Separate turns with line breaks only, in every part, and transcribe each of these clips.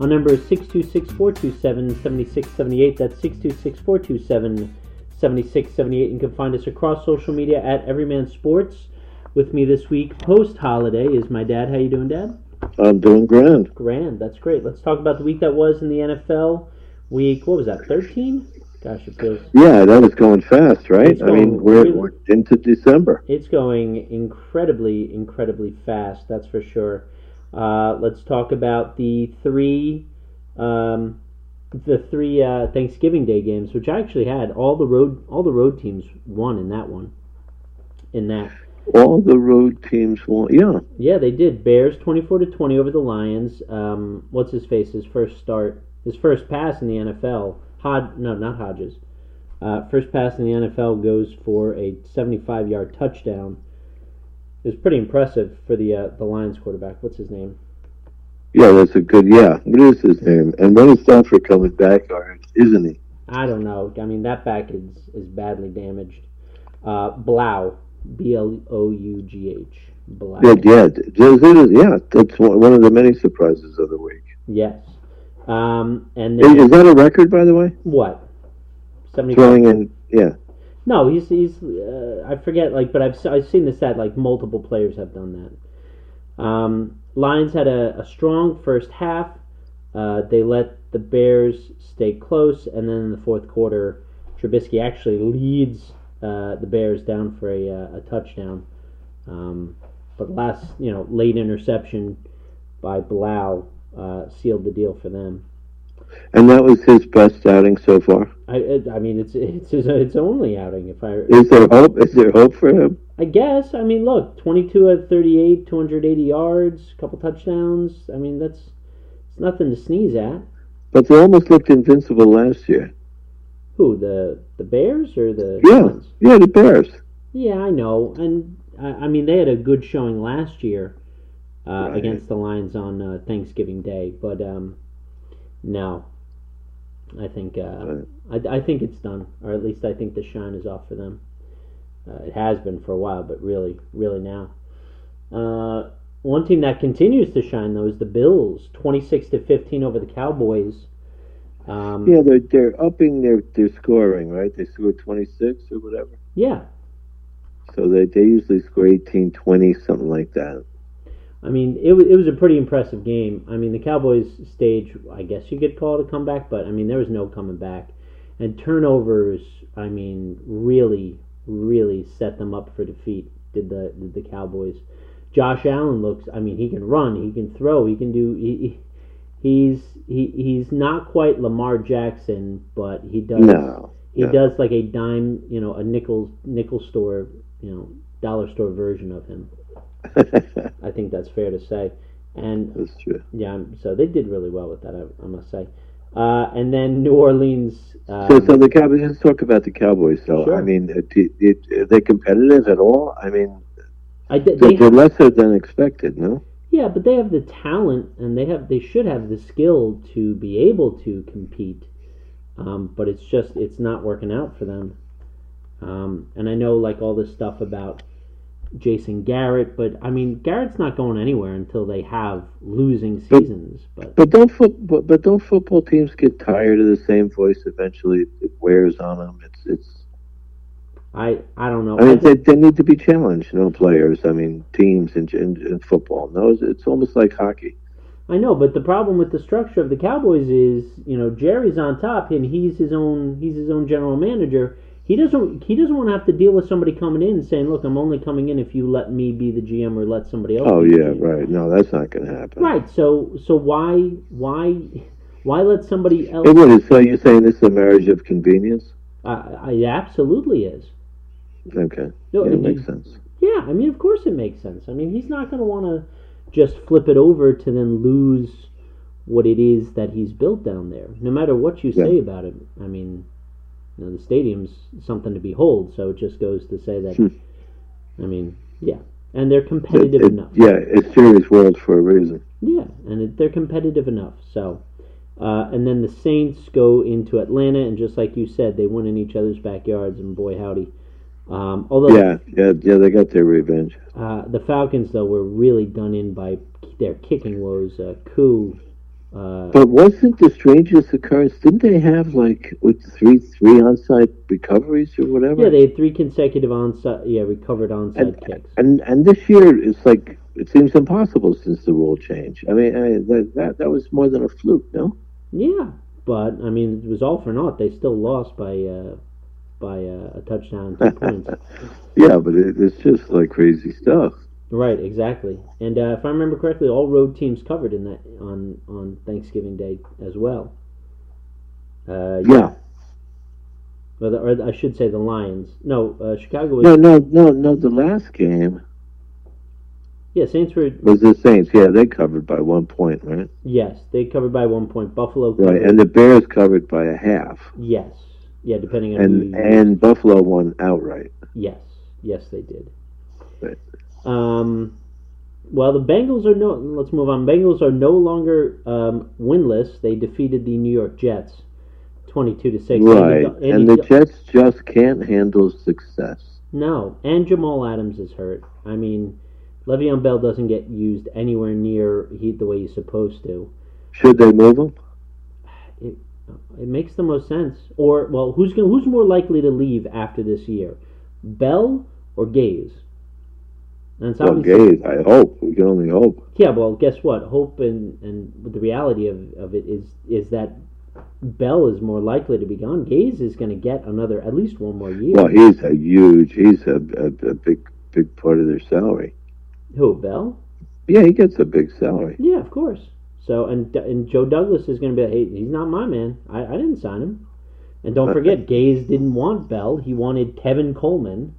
Our number is 626 427 7678. That's 626 427 7678. You can find us across social media at Everyman Sports. With me this week, post holiday, is my dad. How you doing, Dad?
I'm doing grand.
Grand. That's great. Let's talk about the week that was in the NFL. Week, what was that, 13? Gosh, it feels
Yeah, that is going fast, right?
It's
I mean,
going
we're,
really-
we're into December.
It's going incredibly, incredibly fast. That's for sure. Uh, let's talk about the three, um, the three uh, Thanksgiving Day games, which I actually had all the road, all the road teams won in that one. In that,
All the road teams want, yeah,
yeah, they did. Bears twenty-four to twenty over the Lions. Um, what's his face? His first start, his first pass in the NFL. Hod, no, not Hodges. Uh, first pass in the NFL goes for a seventy-five yard touchdown. It was pretty impressive for the uh, the Lions quarterback. What's his name?
yeah, that's a good, yeah. What is his name? And when is Stafford coming back, or isn't he?
I don't know. I mean, that back is is badly damaged. Uh, Blau, B L O U G H, Blau.
Yeah, yeah, there's- it is- yeah, that's one one of the many surprises of the week.
Yes. Um, and
Is,
then
is that a record, by the way?
what? Seventy-five.
Throwing in, yeah,
No, he's he's. Uh, I forget like, but I've se- I've seen this that like multiple players have done that. Um, Lions had a, a strong first half. Uh, they let the Bears stay close, and then in the fourth quarter, Trubisky actually leads uh, the Bears down for a, uh, a touchdown. Um, but last, you know, late interception by Blau uh, sealed the deal for them.
and that was his best outing so far.
I, it, I mean, it's it's his, it's only outing if I
Is there hope? Is there hope for him?
I guess. I mean, look, 22 out of 38, 280 yards, couple touchdowns. I mean, that's it's nothing to sneeze at.
But they almost looked invincible last year.
Who the the Bears or the
Yeah,
Lions?
yeah, the Bears.
Yeah, I know. And I, I mean, they had a good showing last year uh,
Right.
against the Lions on uh, Thanksgiving Day, but um, no, I think uh, I, I think it's done, or at least I think the shine is off for them. Uh, it has been for a while, but really, really now. Uh, one team that continues to shine though is the Bills, twenty six to fifteen over the Cowboys. Um,
Yeah, they're they're upping their, their scoring, right? They scored twenty six or whatever.
yeah,
So they they usually score 18, 20, something like that.
I mean, it was it was a pretty impressive game. I mean, the Cowboys stage, I guess you could call it a comeback, but I mean, there was no coming back. And turnovers, I mean, really, really set them up for defeat. Did the did the Cowboys? Josh Allen looks. I mean, he can run, he can throw, he can do. He, he, he's he, he's not quite Lamar Jackson, but he does
No,
he
no.
does like a dime, you know, a nickel nickel store, you know, dollar store version of him.
that's
I think that's fair to say. And
true.
yeah, um, so they did really well with that, I, I must say. Uh, and then New Orleans, uh,
So, so the Cowboys. Let's talk about the Cowboys. So
Sure.
I mean, uh, do- it- are they competitive at all? I mean,
I, they,
they're,
they
they're
have,
lesser than expected. No.
yeah, but they have the talent and they have they should have the skill to be able to compete. Um, but it's just it's not working out for them. Um, and I know like all this stuff about Jason Garrett, but I mean Garrett's not going anywhere until they have losing seasons. But
But don't foot, but, but don't football teams get tired of the same voice eventually? It wears on them. It's it's.
I I don't know.
I mean,
think-
they, they need to be challenged. No players. I mean, teams in in, in football. No, it's, it's almost like hockey.
I know, but the problem with the structure of the Cowboys is, you know, Jerry's on top and he's his own he's his own general manager. He doesn't he doesn't want to have to deal with somebody coming in and saying, "Look, I'm only coming in if you let me be the GM or let somebody else."
Oh
be the
yeah,
GM."
right. No, that's not going to happen.
Right. So so why why why let somebody else?
It would. So you're saying this is a marriage of convenience?
I, I absolutely is.
Okay.
No,
Yeah,
I
it
mean,
makes sense.
Yeah, I mean, of course it makes sense. I mean, he's not going to want to just flip it over to then lose what it is that he's built down there. No matter what you say about it, I mean, you know, the stadium's something to behold. So it just goes to say that, I mean, yeah, and they're
It-
competitive
it-
enough.
Hmm. yeah, it's serious world for a reason.
Yeah, and it, they're competitive enough. So, uh, and then the Saints go into Atlanta, and just like you said, they win in each other's backyards, and boy howdy. Um, although
Yeah, yeah, yeah. They got their revenge.
uh, the Falcons, though, were really done in by their kicking woes. Uh, coup, uh,
But wasn't the strangest occurrence? Didn't they have like with three three onside recoveries or whatever?
yeah, they had three consecutive onside, yeah, recovered onside
And- uh,
kicks.
and and this year it's like it seems impossible since the rule change. I mean, I, that, that that was more than a fluke, no?
Yeah, but I mean, it was all for naught. They still lost by uh, by uh, a touchdown, and two points.
Yeah, but it, it's just like crazy stuff.
Right, exactly. And uh, if I remember correctly, all road teams covered in that on on Thanksgiving Day as well. Uh,
Yeah.
Or, the, or I should say the Lions. No, uh, Chicago was.
No, no, no, no. The last game
Yeah, Saints were.
was the Saints. Yeah, they covered by one point, right?
Yes, they covered by one point. Buffalo.
Right,
covered-
and the Bears covered by a half,
yes. Yeah, depending on
and
who you-
and Buffalo won outright.
Yes, yes, they did.
Right.
Um, well, the Bengals are no. Let's move on. Bengals are no longer um, winless. They defeated the New York Jets, twenty-two to six. Andy
Right,
Dal- Andy
and the
Dal-
Jets just can't handle success.
No, and Jamal Adams is hurt. I mean, Le'Veon Bell doesn't get used anywhere near he, the way he's supposed to.
Should they move them?
It makes the most sense. Or well, who's gonna, who's more likely to leave after this year, Bell or Gaze? And it's
Well,
obviously-
Gaze, I hope. We can only hope.
yeah. Well, guess what? Hope and and the reality of of it is is that Bell is more likely to be gone. Gaze is going to get another at least one more year.
Well, he's a huge. He's a, a, a big, big part of their salary.
Who Bell?
Yeah, he gets a big salary.
Yeah, of course. So and and Joe Douglas is going to be like, hey, he's not my man. I, I didn't sign him. And don't forget, Gaze didn't want Bell. He wanted Tevin Coleman.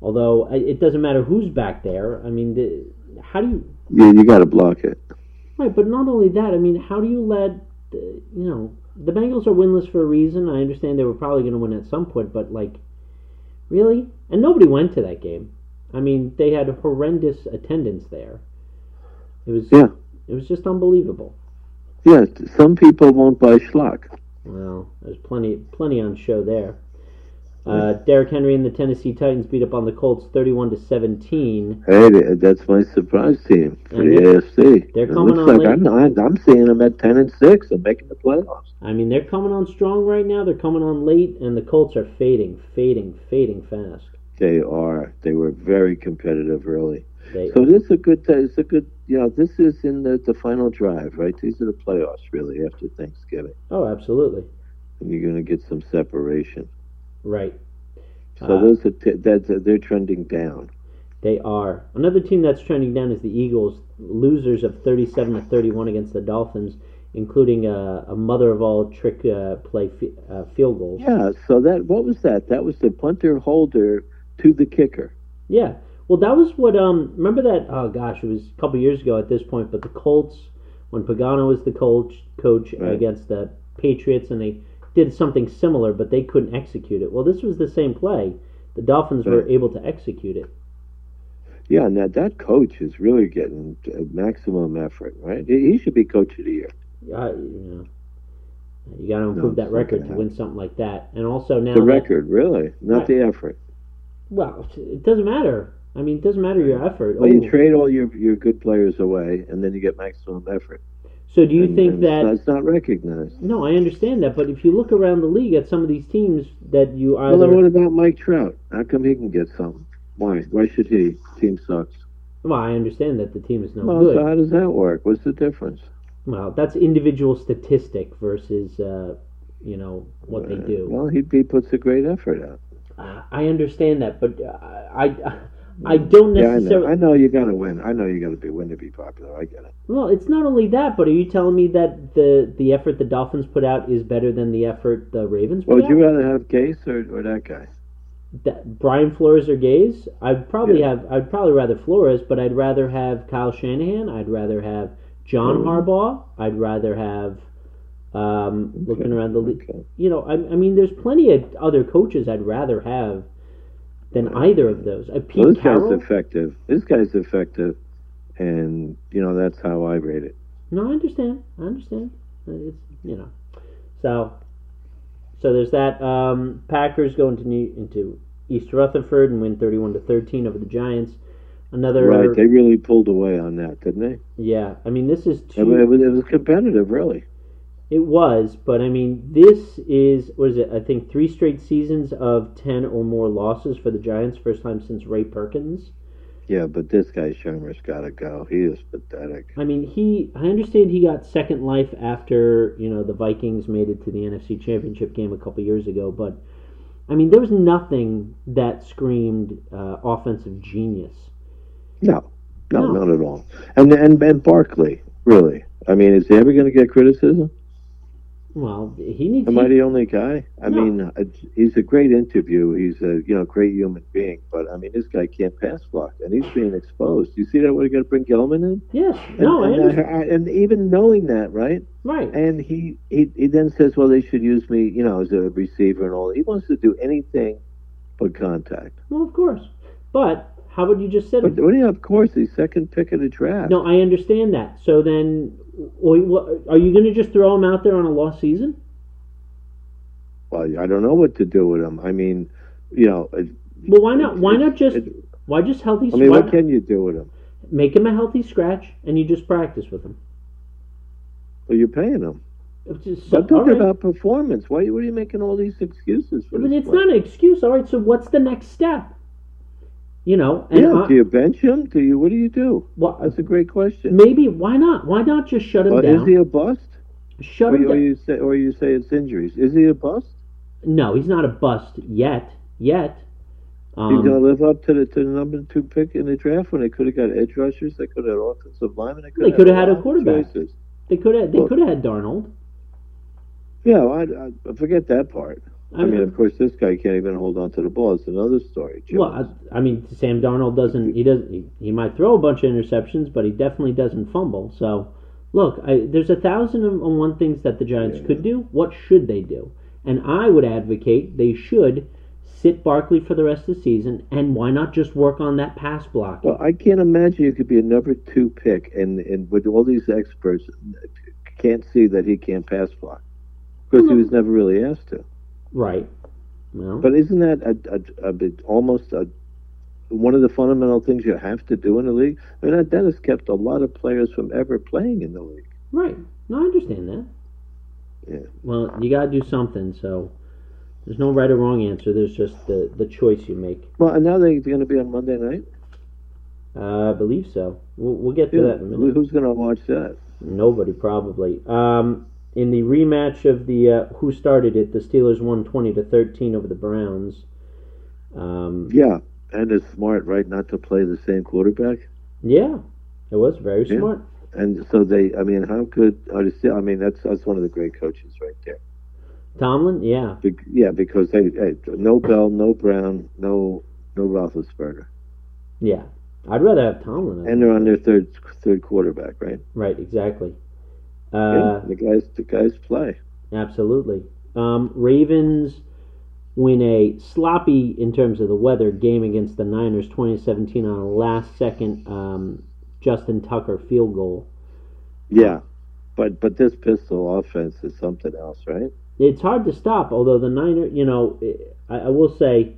Although I- it doesn't matter who's back there. I mean, the, how do you?
Yeah, you got to block it.
Right, but not only that. I mean, how do you let? uh, You know, the Bengals are winless for a reason. I understand they were probably going to win at some point, but like, really? And nobody went to that game. I mean, they had horrendous attendance there. It was
Yeah,
it was just unbelievable.
yeah. Some people won't buy schlock.
Well, there's plenty plenty on show there. Uh, Derrick Henry and the Tennessee Titans beat up on the Colts, thirty-one to seventeen.
Hey, th- that's my surprise team for the
Mhm.
AFC.
They're
it
coming
looks
on
like I'm, I'm, I'm seeing them at ten and six and making the playoffs.
I mean, they're coming on strong right now. They're coming on late, and the Colts are fading, fading, fading fast.
They are. They were very competitive early.
They,
So this is a good. It's a good. You know, this is in the, the final drive, right? These are the playoffs, really, after Thanksgiving,
oh, absolutely
and you're going to get some separation.
right.
So
Uh,
those are t- that they're trending down.
They are. Another team that's trending down is the Eagles, losers of 37 to 31 against the Dolphins, including a, a mother of all trick uh, play fi- uh, field goal.
Yeah. So that what was that? That was the punter holder to the kicker.
Yeah. Well, that was what. Um, remember that? Oh gosh, it was a couple years ago at this point. But the Colts, when Pagano was the coach, coach
Right.
against the Patriots, and they did something similar, but they couldn't execute it. Well, this was the same play. The Dolphins were
Right.
able to execute it.
Yeah. Now that coach is really getting uh, maximum effort, right? He he should be coach of the year.
Uh, you know, you got to improve
it's
that
not
record
gonna
to win something like that. And also now,
The
that-
record, really, not
Right.
the effort.
well, it doesn't matter. I mean, it doesn't matter your effort.
Well, you
Oh,
trade all your, your good players away, and then you get maximum effort.
so do you
And-
think
and it's
that?
not- it's not recognized?
No, I understand that, but if you look around the league at some of these teams that you either
Well, then what about Mike Trout? How come he can get something? Why? Why should he? Team sucks.
Well, I understand that the team is no
Well, so
good.
how does that work? What's the difference?
Well, that's individual statistic versus, uh, you know, what they do.
Well, he, he puts a great effort out.
I I understand that, but uh, I, I don't
Yeah, I know.
necessarily.
I know you got to win. I know you got to be win to be popular. I get it.
well, it's not only that, but are you telling me that the the effort the Dolphins put out is better than the effort the Ravens put
Well, would
out?
you rather have Case or, or that guy?
That- Brian Flores or Gaze? I'd probably
Yeah.
have. I'd probably rather Flores, but I'd rather have Kyle Shanahan. I'd rather have John
Mm.
Harbaugh. I'd rather have um, looking around the league.
Okay.
You know, I, I mean, there's plenty of other coaches I'd rather have than either of those. Uh, Pete
Well, this
Carroll.
guy's effective. This guy's effective, and you know that's how I rate it.
No, I understand. I understand. Uh, It's you know, so so there's that. Um, Packers go into New, into East Rutherford and win thirty-one to thirteen over the Giants. Another
Right? They really pulled away on that, didn't they?
yeah. I mean, this is
I mean,
two.
it, was, it was competitive, really.
It was, but I mean, this is what is it? I think three straight seasons of ten or more losses for the Giants. First time since Ray Perkins.
Yeah, but this guy Shermer's got to go. He is pathetic.
I mean, he. I understand he got second life after you know the Vikings made it to the NFC Championship game a couple years ago, but I mean, there was nothing that screamed uh, offensive genius.
No, no,
No.
not at all. And and and Barkley, really. I mean, is he ever going to get criticism?
Well, he needs.
Am I the only guy? I
No.
mean, it's- he's a great interview. He's a you know great human being, but I mean, this guy can't pass block, and he's being exposed. You see that? We're going to bring Gilman in.
yes.
And,
No. I
and,
understand.
I- and even knowing that, right?
Right.
And he, he he then says, well, they should use me, you know, as a receiver and all. He wants to do anything but contact.
Well, of course. But how would you just sit
But
him?
what do you have? Of course, he's second pick of the draft.
Hmm. No, I understand that. So then, w- w- are you going to just throw him out there on a lost season?
Well, I don't know what to do with him. I mean, you know, it,
Well, why not? Why not just?
it-
Why just healthy?
I mean,
why
what
not-
can you do with him?
make him a healthy scratch, and you just practice with him.
Well, you're paying him.
It's just-
I'm talking
all right.
about performance. Why? What are you making all these excuses for?
I mean,
this
it's
player?
not an excuse. All right, so what's the next step? You know, and uh,
yeah.
I-
do you bench him? Do you? What do you do?
well,
That's a great question.
maybe why not? Why not just shut him
Well, is
down?
he a bust?
shut
Or,
him
you- or
down.
you say, or you say it's injuries. Is he a bust?
No, he's not a bust yet. Yet.
He's going
Um,
to live up to the to the number two pick in the draft when they could have got edge rushers, they could have had offensive linemen, they could
They
have
coulda had a
lot of
quarterback.
Choices.
they could have. They
well-
could have had Darnold.
Yeah, well, I, I forget that part. I mean, of course, this guy can't even hold on to the ball. It's another story. Jim.
well, I, I mean, Sam Darnold doesn't. He doesn't. He, he might throw a bunch of interceptions, but he definitely doesn't fumble. So, look, I, there's a thousand and one things that the Giants could do. What should they do? And I would advocate they should sit Barkley for the rest of the season, and why not just work on that pass block?
Well, I can't imagine you could be a number two pick, and and with all these experts, can't see that he can't pass block because he was never really asked to.
right. Well,
But isn't that a, a, a bit almost a one of the fundamental things you have to do in the league? I mean, that Dennis kept a lot of players from ever playing in the league.
right. No, I understand that.
Yeah.
Well, you got to do something. So, there's no right or wrong answer. There's just the the choice you make.
Well, and now they're going to be on Monday night.
Uh, I believe so. We'll, we'll get to that in a minute.
Who- Who's going to watch that?
Nobody probably. Um, in the rematch of the uh, who started it, the Steelers won twenty to thirteen over the Browns. Um,
Yeah, and it's smart, right, not to play the same quarterback.
yeah, it was very
Yeah.
smart.
And so they, I mean, how good are the Steel- I mean, that's that's one of the great coaches right there.
Tomlin, yeah,
Be- yeah, because they hey, no Bell, no Brown, no no Roethlisberger,
yeah. I'd rather have Tomlin.
and they're on their third third quarterback, right?
right, exactly.
yeah,
Uh,
the guys the guys play.
Absolutely. Um, Ravens win a sloppy in terms of the weather game against the Niners, 2017, on a last second um, Justin Tucker field goal.
Yeah, but but this pistol offense is something else, right?
it's hard to stop. Although the Niner, you know, I, I will say,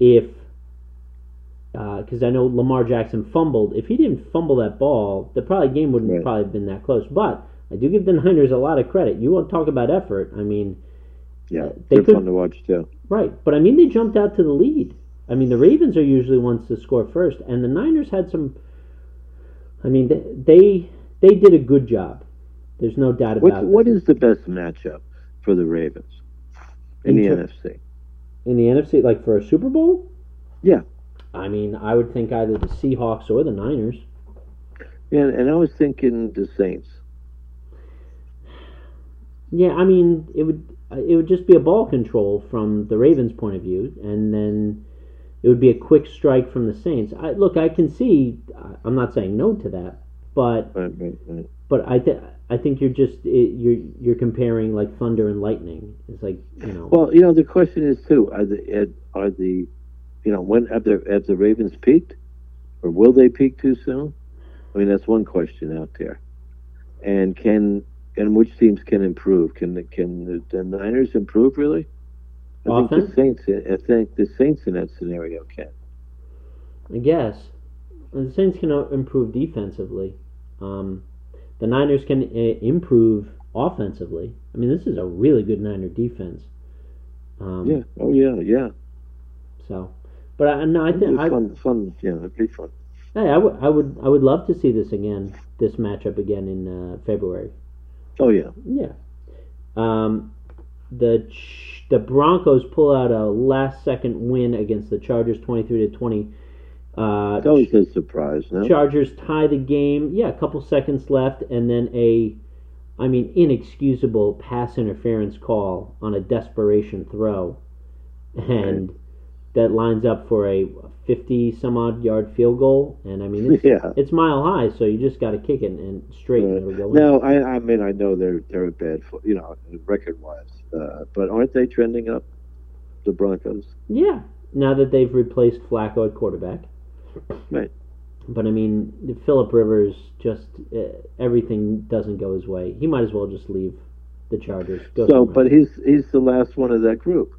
if because I know Lamar Jackson fumbled. If he didn't fumble that ball, the probably game wouldn't
Right.
probably have been that close. But I do give the Niners a lot of credit. You want to talk about effort? I mean,
Yeah,
They
they're
could-
fun to watch too.
right? But I mean, they jumped out to the lead. I mean, the Ravens are usually ones to score first, and the Niners had some. I mean, they they, they did a good job. There's no doubt about
What
it.
what is the best matchup for the Ravens in the
Inter-
NFC?
in the NFC, like for a Super Bowl.
Yeah.
I mean, I would think either the Seahawks or the Niners.
Yeah, and I was thinking the Saints.
Yeah, I mean, it would it would just be a ball control from the Ravens' point of view, and then it would be a quick strike from the Saints. I, look, I can see. I- I'm not saying no to that, but
Right, right, right.
But I th- I think you're just it, you're you're comparing like thunder and lightning. It's like you know.
Well, you know, the question is too: Are the are the you know when have the have the Ravens peaked, or will they peak too soon? I mean, that's one question out there. And can and which teams can improve? Can the can the, the Niners improve really? I think
Offense?
the Saints. I think the Saints in that scenario can.
I guess. And the Saints can uh, improve defensively. Um, the Niners can uh, improve offensively. I mean, this is a really good Niner defense. Um,
Yeah. Oh yeah. Yeah.
So, but I no, I think
It's
I,
fun. Fun. Yeah. It'd be fun.
hey, I, w- I would I would love to see this again, this matchup again in uh, February.
Oh yeah.
Yeah. Um, the Ch- the Broncos pull out a last second win against the Chargers, twenty three to twenty. Uh,
That was a surprise. No.
Chargers tie the game. Yeah, a couple seconds left, and then a, I mean, inexcusable pass interference call on a desperation throw, and that lines up for a fifty some odd yard field goal. And I mean, it's,
Yeah.
it's mile high, so you just got to kick it and straight and it'll go in.
No, I, I mean I know they're they're a bad fo- you know record wise, uh, but aren't they trending up? The Broncos.
Yeah, now that they've replaced Flacco at quarterback.
Right.
But I mean, Philip Rivers just uh, everything doesn't go his way. He might as well just leave the Chargers. Go
So,
somewhere
but he's he's the last one of that group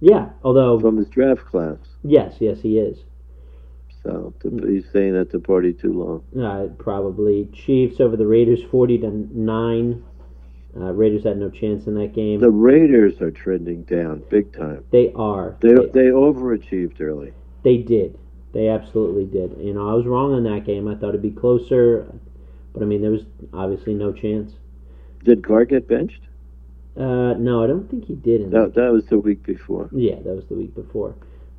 Yeah, although
from his draft class.
yes, yes, he is.
So the, he's staying at the party too long.
Uh, probably Chiefs over the Raiders, forty to nine. Uh, Raiders had no chance in that game.
The Raiders are trending down big time.
they are.
They they overachieved early.
They did. They absolutely did. You know, I was wrong on that game. I thought it'd be closer, but I mean, there was obviously no chance.
Did Carr get benched?
Uh, no, I don't think he did. In
That that was the week before.
Yeah, that was the week before.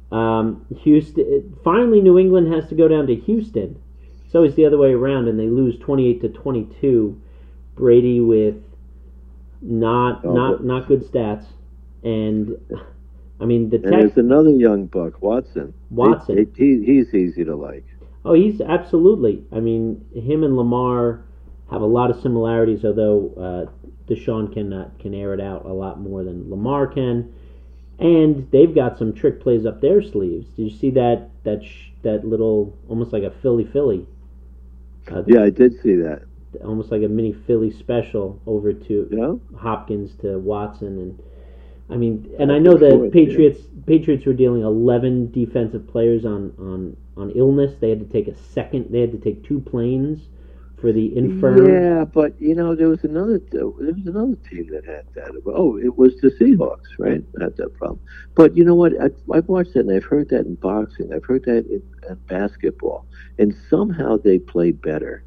Um, Houston. Finally, New England has to go down to Houston. It's always the other way around, and they lose twenty-eight to twenty-two. Brady with not
Oh,
not
but-
not good stats, and I mean the
And there's
Tex.
another young buck, Watson.
Watson.
He- he- he's easy to like.
Oh, he's absolutely. I mean, him and Lamar have a lot of similarities, although uh, Deshaun can uh, can air it out a lot more than Lamar can. And they've got some trick plays up their sleeves. Did you see that that sh- that little almost like a Philly Philly, uh,
Yeah, I did see that.
almost like a mini Philly special over to
Yeah,
Hopkins to Watson and I mean and I know the
Detroit, yeah.
Patriots Patriots were dealing 11 defensive players on on on illness they had to take a second they had to take two planes for the infirm
yeah, but you know there was another there was another team that had that. Oh, it was the Seahawks, right? Had that problem. But you know what? I, I've watched that, and I've heard that in boxing. I've heard that in, in basketball, and somehow they play better.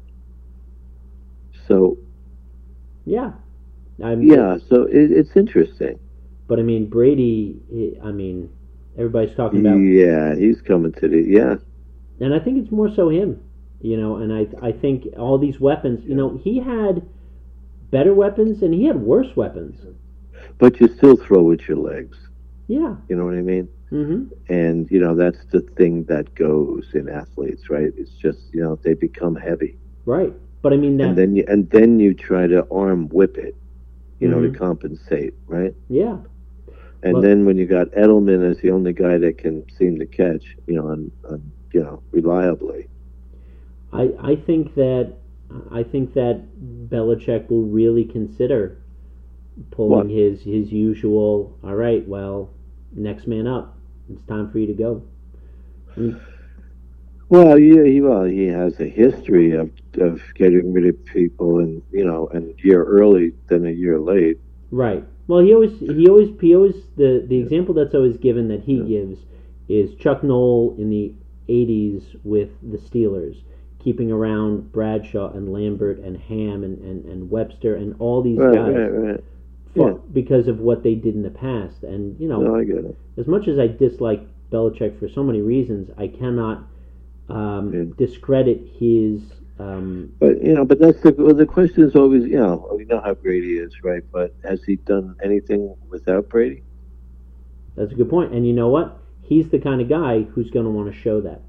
So
yeah I mean,
yeah, so it, it's interesting.
but I mean Brady he- I mean everybody's talking about
Yeah, he's coming to the yeah.
and I think it's more so him, you know. And I I think all these weapons, you know, he had better weapons and he had worse weapons.
But you still throw with your legs.
Yeah.
You know what I mean?
hmm
And you know that's the thing that goes in athletes, right? It's just you know they become heavy,
Right. But I mean that.
and then you and then you try to arm whip it, you know,
Mhm.
to compensate, right?
yeah.
And
Well-
then when you got Edelman as the only guy that can seem to catch, you know, on, on you know reliably.
I, I think that I think that Belichick will really consider pulling
What?
his his usual. All right, well, next man up. It's time for you to go.
Well, yeah, he well he has a history of of getting rid of people, and you know, and a year early than a year late.
Right. Well, he always he always he always the the example that's always given that he gives is Chuck Knoll in the '80s with the Steelers, keeping around Bradshaw and Lambert and Ham and, and, and Webster and all these
Right,
guys
right, right.
for-
yeah.
because of what they did in the past. And you know,
No, I get it.
as much as I dislike Belichick for so many reasons, I cannot um,
Yeah.
discredit his. Um,
But you know, but that's the well, the question is always you know we know how Brady is, right? But has he done anything without Brady?
that's a good point. And you know what? He's the kind of guy who's going to want to show that.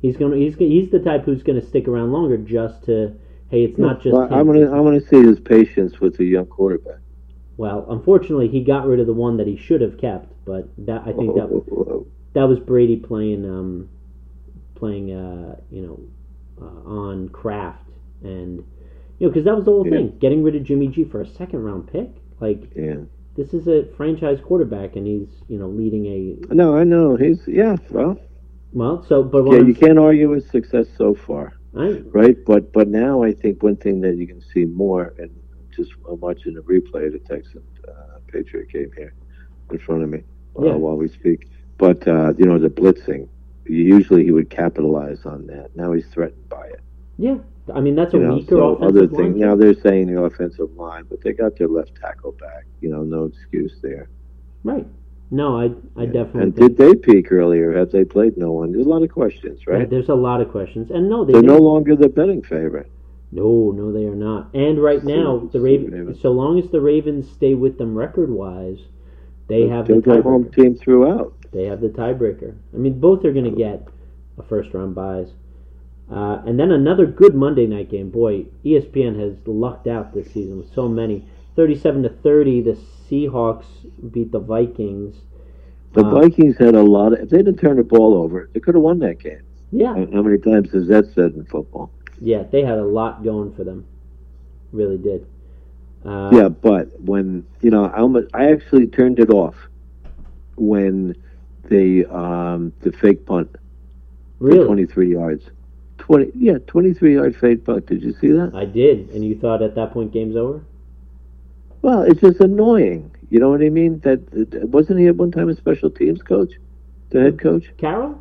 He's going to he's he's the type who's going to stick around longer just to Hey, it's not just.
Well, I'm
him.
going to I'm going to see his patience with the young quarterback.
Well, unfortunately, he got rid of the one that he should have kept, but that I
Oh.
think that that was Brady playing um, playing uh, you know uh, on Kraft and you know because that was the whole
Yeah.
thing getting rid of Jimmy G for a second round pick. Like
yeah.
this is a franchise quarterback, and he's you know leading a
No, I know he's yeah. Well,
well. So, but what
yeah,
I'm-
you can't argue with success so far,
I,
right? But but now I think one thing that you can see more, and just I'm watching the replay of the Texan uh, Patriot game here in front of me uh,
Yeah.
while we speak. But uh, you know the blitzing. Usually he would capitalize on that. Now he's threatened by it.
yeah, I mean that's a
you know,
weaker
so
offensive
other thing.
line.
Now they're saying the offensive line, but they got their left tackle back. You know, no excuse there.
Right? No, I I definitely
And
think-
did they peak earlier? Have they played no one? There's a lot of questions,
yeah,
right?
There's a lot of questions, and no, they
They're no
didn't-
longer the betting favorite.
No, no, they are not. And right
Still-
now, the
still
Ravens.
Ravens.
So long as the Ravens stay with them record wise, they have the
They're the home
tiebreaker.
team throughout.
They have the tiebreaker. I mean, both are going to get a first round buys. Uh, and then another good Monday night game. Boy, E ESPN has lucked out this season with so many. Thirty-seven to thirty, the Seahawks beat the Vikings.
The
Uh,
Vikings had a lot of. If they didn't turn the ball over, they could have won that game.
Yeah,
And How many times has that said in football?
yeah, they had a lot going for them. Really did. Uh,
Yeah, but when you know, I almost, I actually turned it off when the um, the fake punt for
really.
23 yards. 20, yeah, 23 yard fade punt. Did you see that?
I did. And you thought at that point game's over?
Well, it's just annoying. You know what I mean? That, that- wasn't he at one time a special teams coach, the head coach?
Carroll?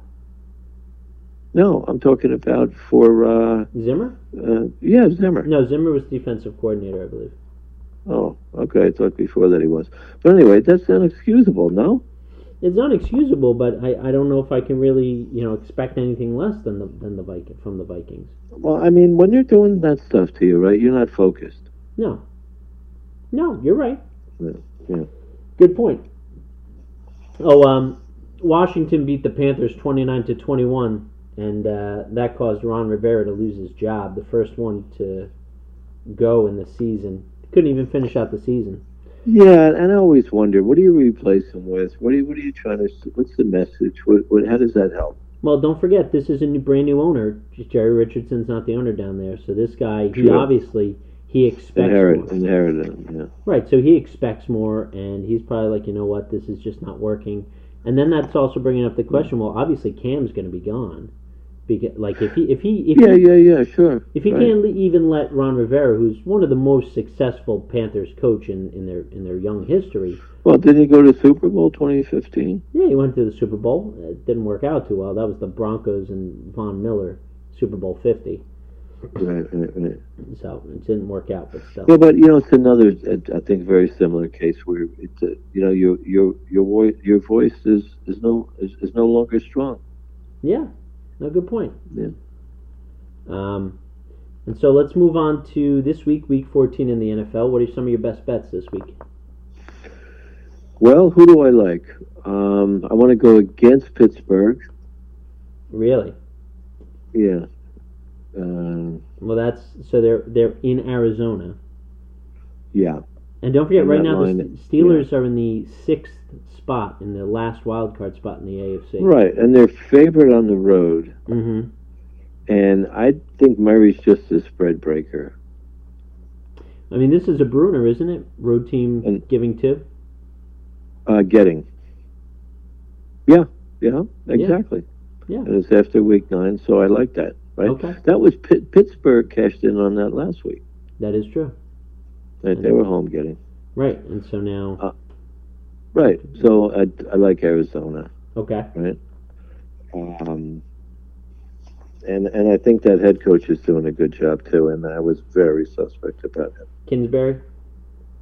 No, I'm talking about for uh,
Zimmer?
uh, yeah Zimmer.
No, Zimmer was defensive coordinator, I believe.
Oh, okay. I thought before that he was, but anyway, that's inexcusable. No,
It's not excusable, but I, I don't know if I can really you know expect anything less than the than the Viking from the Vikings.
well, I mean, when you're doing that stuff to you, right? You're not focused.
No, no, you're right.
Yeah, yeah.
Good point. Oh, um, Washington beat the Panthers twenty nine to twenty one, and uh, that caused Ron Rivera to lose his job, the first one to go in the season. Couldn't even finish out the season.
Yeah, and I always wonder, what do you replace them with? What do you, what are you trying to? What's the message? What, what how does that help?
Well, don't forget, this is a new, brand new owner. Jerry Richardson's not the owner down there, so this guy, he
Sure.
obviously he expects
Inherit,
more.
inherit it. Yeah.
right. So he expects more, and he's probably like, you know what, this is just not working. And then that's also bringing up the question: Well, obviously Cam's going to be gone, because like if he if he if
Yeah,
he,
yeah, yeah, sure.
if he
Right.
can't le- even let Ron Rivera, who's one of the most successful Panthers coach in, in their in their young history,
Well, did he go to Super Bowl 2015?
Yeah, he went to the Super Bowl. It didn't work out too well. That was the Broncos and Von Miller, Super Bowl 50.
Right, right, right.
So it didn't work out, but still.
Yeah, but you know, it's another, uh, I think, very similar case where it's, uh, you know, your your your voice your voice is is no is, is no longer strong.
Yeah, no, good point.
Yeah.
Um, and so let's move on to this week, week 14 in the NFL. What are some of your best bets this week?
Well, who do I like? Um, I want to go against Pittsburgh.
Really?
Yeah. Um,
Well, that's so they're they're in Arizona,
yeah.
and don't forget,
And
right
that
now the
line-
S- Steelers are in the sixth spot in the last wild card spot in the AFC.
Right, and they're favored on the road,
hmm
and I think Murray's just a spread breaker.
I mean, this is a Bruner, isn't it? Road team
And-
giving two.
Uh, getting. Yeah, yeah, exactly.
Yeah.
And it's after week nine, so I like that. Right.
Okay.
That was Pitt, Pittsburgh cashed in on that last week.
That is true.
Right? They were home getting.
Right. And so now,
Right. So I, I like Arizona.
okay.
Right. Um. And and I think that head coach is doing a good job too. And I was very suspect about him.
Kingsbury,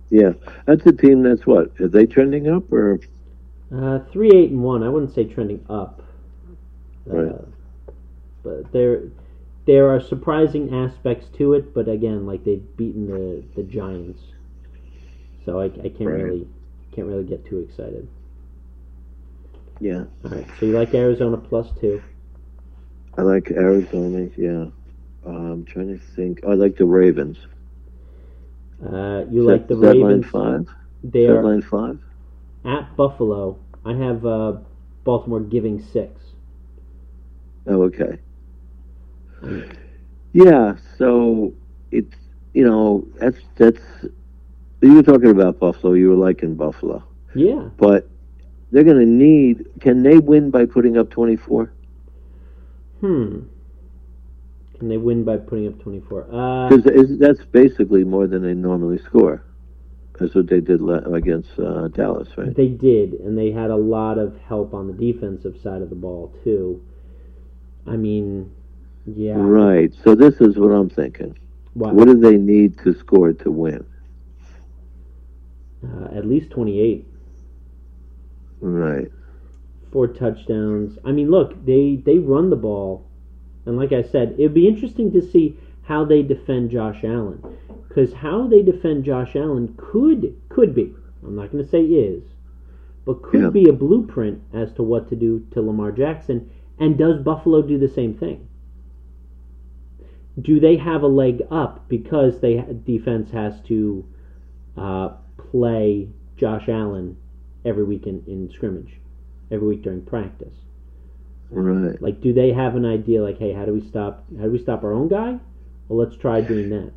Yeah, that's a team. That's what are they trending up or
uh, three, eight, and one. I wouldn't say trending up. Uh,
Right.
But there, there are surprising aspects to it. But again, like they've beaten the the Giants, so I, I can't
Right.
really can't really get too excited.
yeah.
All right. So you like Arizona plus two?
I like Arizona, yeah. I'm trying to think. oh, I like the Ravens.
Uh, you like the
Is that
Ravens?
Line five.
They
Is that
are
line five.
at Buffalo. I have uh, Baltimore giving six.
Oh, okay. Yeah, so it's you know that's that's you were talking about Buffalo. You were liking Buffalo,
Yeah,
but they're going to need. Can they win by putting up twenty four?
Hmm. Can they win by putting up 24? Uh,
Because that's basically more than they normally score. That's what they did la- against uh, Dallas, right?
they did, and they had a lot of help on the defensive side of the ball, too. I mean, yeah.
Right. So this is what I'm thinking.
Wow.
What do they need to score to win?
Uh, at least 28.
Right.
Four touchdowns. I mean, look, they, they run the ball. And like I said, it'd be interesting to see how they defend Josh Allen. Because how they defend Josh Allen could could be, I'm not going to say is, but could
Yeah.
be a blueprint as to what to do to Lamar Jackson. And does Buffalo do the same thing? Do they have a leg up because they defense has to uh, play Josh Allen every week in, in scrimmage, every week during practice?
Right.
Like, do they have an idea? Like, hey, how do we stop? How do we stop our own guy? Well, let's try doing that.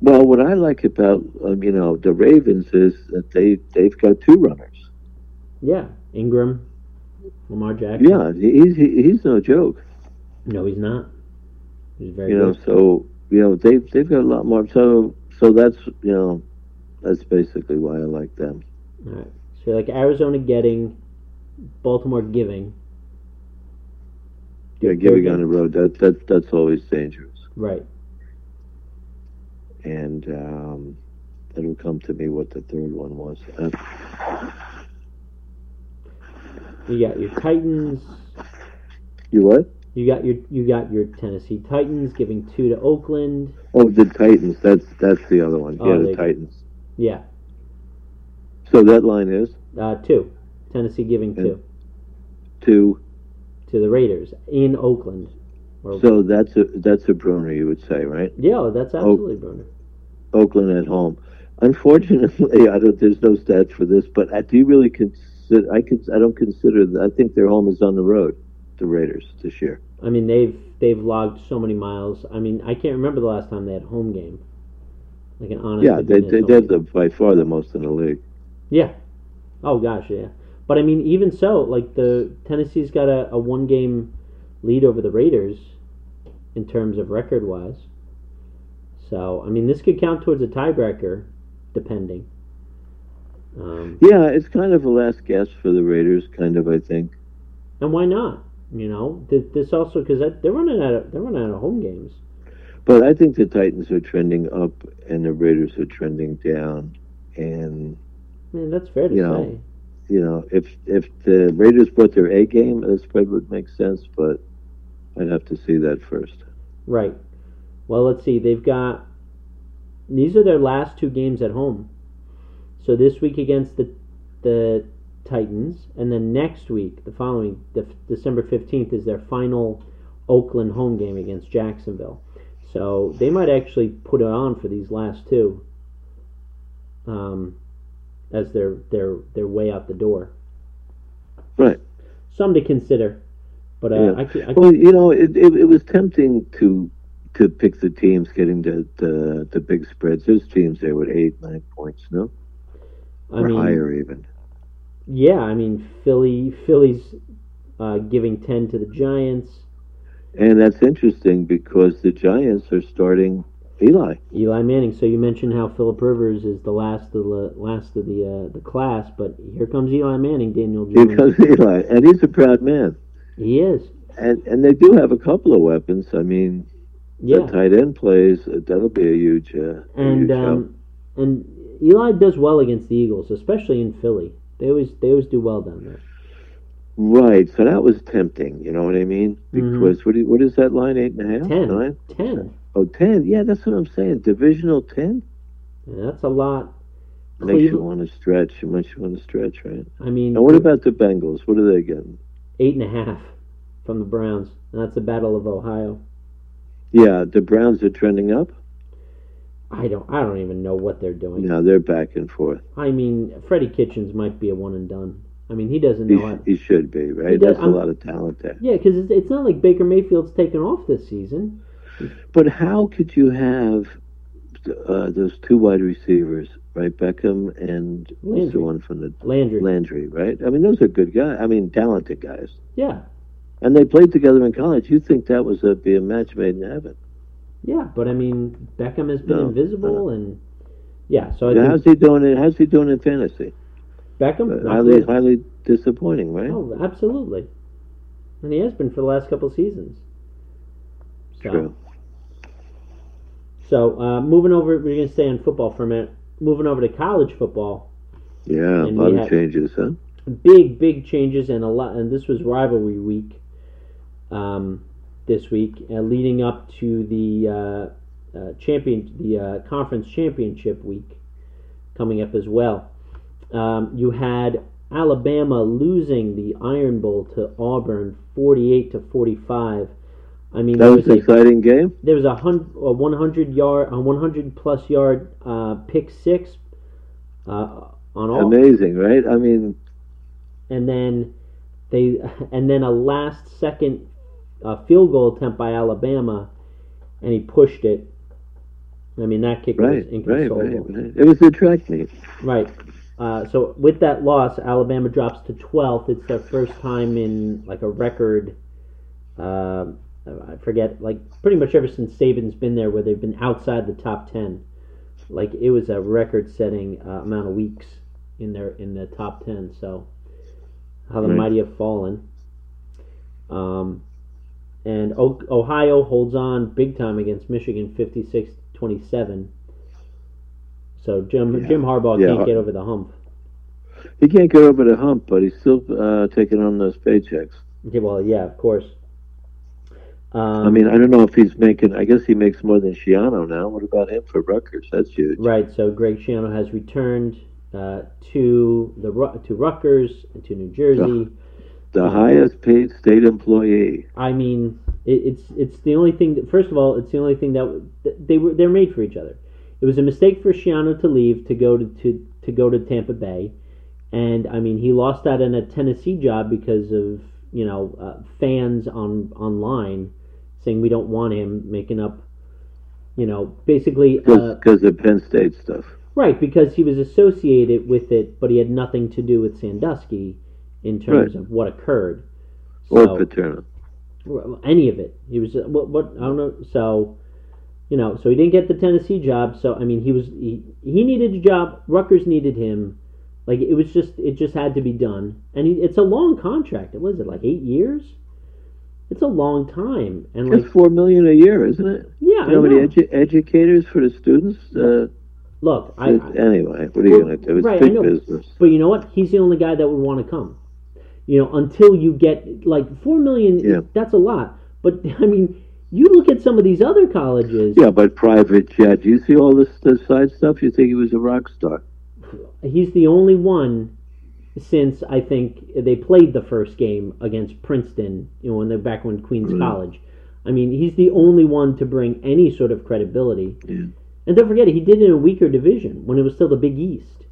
Well, what I like about um, you know the Ravens is that they they've got two runners.
Yeah, Ingram, Lamar Jackson.
Yeah, he's he- he's no joke.
No, he's not. He's very
You know,
good.
so you know they've they've got a lot more. So so that's you know that's basically why I like them.
All right. So you're like Arizona getting, Baltimore giving.
Yeah, giving on the road that that that's always dangerous.
Right.
and um, it'll come to me what the third one was. Uh,
You got your Titans.
you what?
You got your you got your Tennessee Titans giving two to Oakland.
Oh, the Titans. That's that's the other one.
Oh,
yeah,
there
the
you go.
Titans.
Yeah,
So that line is
uh, two. Tennessee giving two
two.
to the Raiders in Oakland. Or,
So that's a that's a Bruner, you would say, right?
yeah,
Oh.
that's absolutely Bruno.
Oakland at home. Unfortunately, I don't. There's no stats for this, but I do really consider. I can. I don't consider. that- I think their home is on the road. The Raiders this year.
I mean, they've they've logged so many miles. I mean, I can't remember the last time they had a home game, like an honest.
Yeah, they,
goodness
they
home
they're
game.
the, by far the most in the league.
Yeah. Oh gosh, yeah. But I mean, even so, like the Tennessee's got a, a one game lead over the Raiders in terms of record wise. So I mean, this could count towards a tiebreaker, depending. Um,
Yeah, it's kind of a last gasp for the Raiders, kind of. I think.
and why not? You know, Th- this also because they're running out of they're running out of home games.
But I think the Titans are trending up and the Raiders are trending down. And
I mean, that's fair to
Yeah.
say.
you know, if if the Raiders brought their A game, the spread would make sense. But I'd have to see that first.
Right. Well, let's see. They've got these are their last two games at home. So this week against the the Titans, and then next week, the following the, December fifteenth, is their final Oakland home game against Jacksonville. So they might actually put it on for these last two, um, as their their their way out the door.
Right.
Some to consider, but uh,
Yeah.
I, can, I can,
Well, you know, it, it, it was tempting to to pick the teams getting the, the the big spreads. There's teams there with eight, nine points, no,
I
or
mean,
higher even.
Yeah, I mean Philly. Philly's uh, giving ten to the Giants.
And that's interesting because the Giants are starting Eli.
Eli Manning. So you mentioned how Philip Rivers is the last of the last of the uh, the class, but here comes Eli Manning. Daniel Jones.
Here comes Eli, and he's a proud man.
he is.
And and they do have a couple of weapons. I mean,
Yeah,
that tight end plays, uh, that'll be a huge, uh, a
and
huge help.
um, and Eli does well against the Eagles, especially in Philly. They always they always do well down there.
Right, so that was tempting. You know what I mean?
Mhm.
Because what, do- what is that line? Eight and a half,
Ten.
nine?
Ten.
Oh, 10. Yeah, that's what I'm saying. Divisional ten
And that's a lot. Oh,
makes you
Cleveland.
want to stretch. It makes you want to stretch, right?
I mean,
Now, what about the Bengals? What are they getting?
eight and a half from the Browns? And that's the Battle of Ohio.
Yeah, the Browns are trending up.
I don't. I don't even know what they're doing.
No, they're back and forth.
I mean, Freddie Kitchens might be a one and done. I mean, he doesn't
He,
know. how-
he should be
He
right.
does-
That's a
I'm-
lot of talent there.
Yeah, because it's, it's not like Baker Mayfield's taken off this season.
But how could you have uh, those two wide receivers, right? Beckham and what's
Landry.
the one from the
Landry.
Landry, right? I mean, those are good guys. I mean, talented guys.
Yeah,
And they played together in college. You think that was a be a match made in heaven?
yeah, but I mean, Beckham has been
No,
invisible, and yeah. So I
Now,
think
how's he doing? In, how's he doing in fantasy?
Beckham. not
uh, Highly,
good.
highly disappointing, right?
Oh, absolutely. And he has been for the last couple seasons. So,
True.
So uh, moving over, we're going to stay on football for a minute. Moving over to college football,
Yeah, a
And
lot
we
of
have-
changes, huh?
big big changes and a lot. And this was rivalry week. Um, this week, uh, leading up to the uh, uh, champion, the uh, conference championship week coming up as well. Um, you had Alabama losing the Iron Bowl to Auburn, forty-eight to forty-five. I mean,
That
there
was an
a-
exciting game.
there was a hundred, a one hundred yard, a one hundred plus yard uh, pick six uh, on all,
Amazing, right? I mean,
and then they, and then a last second uh, field goal attempt by Alabama, and he pushed it. I mean that kick
right,
was
right,
inconsolable.
right, right. It was a track meet.
Right. Uh, so with that loss, Alabama drops to 12th. It's their first time in like a record. Uh, I forget, like pretty much ever since Saban's been there, where they've been outside the top 10. Like it was a record-setting uh, amount of weeks in their in the top 10. So how the
Right.
mighty have fallen. Um, and o- Ohio holds on big time against Michigan, 56-27. So Jim
Yeah.
Jim Harbaugh
Yeah, uh,
can't
Har-
get over the hump.
He can't get over the hump, but he's still uh, taking on those paychecks.
Yeah, well, yeah, of course. Um,
I mean, I don't know if he's making. I guess he makes more than Shiano now. What about him for Rutgers? That's huge.
right. So Greg Schiano has returned uh, to the Ru- to Rutgers and to New Jersey.
The highest paid state employee.
I mean, it, it's it's the only thing. That, first of all, it's the only thing that that they were they're made for each other. It was a mistake for Shiano to leave to go to, to to go to Tampa Bay, and I mean he lost out on a Tennessee job because of you know uh, fans on online saying we don't want him making up, you know, basically. Uh,
because of Penn State stuff.
Right, because he was associated with it, but he had nothing to do with Sandusky in terms of what occurred.
Or
So,
Paterno.
well, any of it. He was what? What? I don't know. So, you know, so he didn't get the Tennessee job. So I mean, he was he, he needed a job. Rutgers needed him. Like it was just it just had to be done. And he, it's a long contract. It was it like eight years. It's a long time, and like
It's four million a year, isn't it?
yeah,
You know
I
how
know.
many edu- educators for the students? Uh,
look, I, I
anyway, what are you
Well,
going to do? It's
right, I
big
know.
business.
But you know what? He's the only guy that would want to come. You know, until you get like four million,
Yeah.
that's a lot. But I mean, you look at some of these other colleges.
Yeah, but private jet. You see all this, this side stuff? You think he was a rock star?
He's the only one since I think they played the first game against Princeton. You know, when they back when Queens
Mm-hmm.
College. I mean, he's the only one to bring any sort of credibility.
Yeah.
And don't forget, it, he did it in a weaker division when it was still the Big East.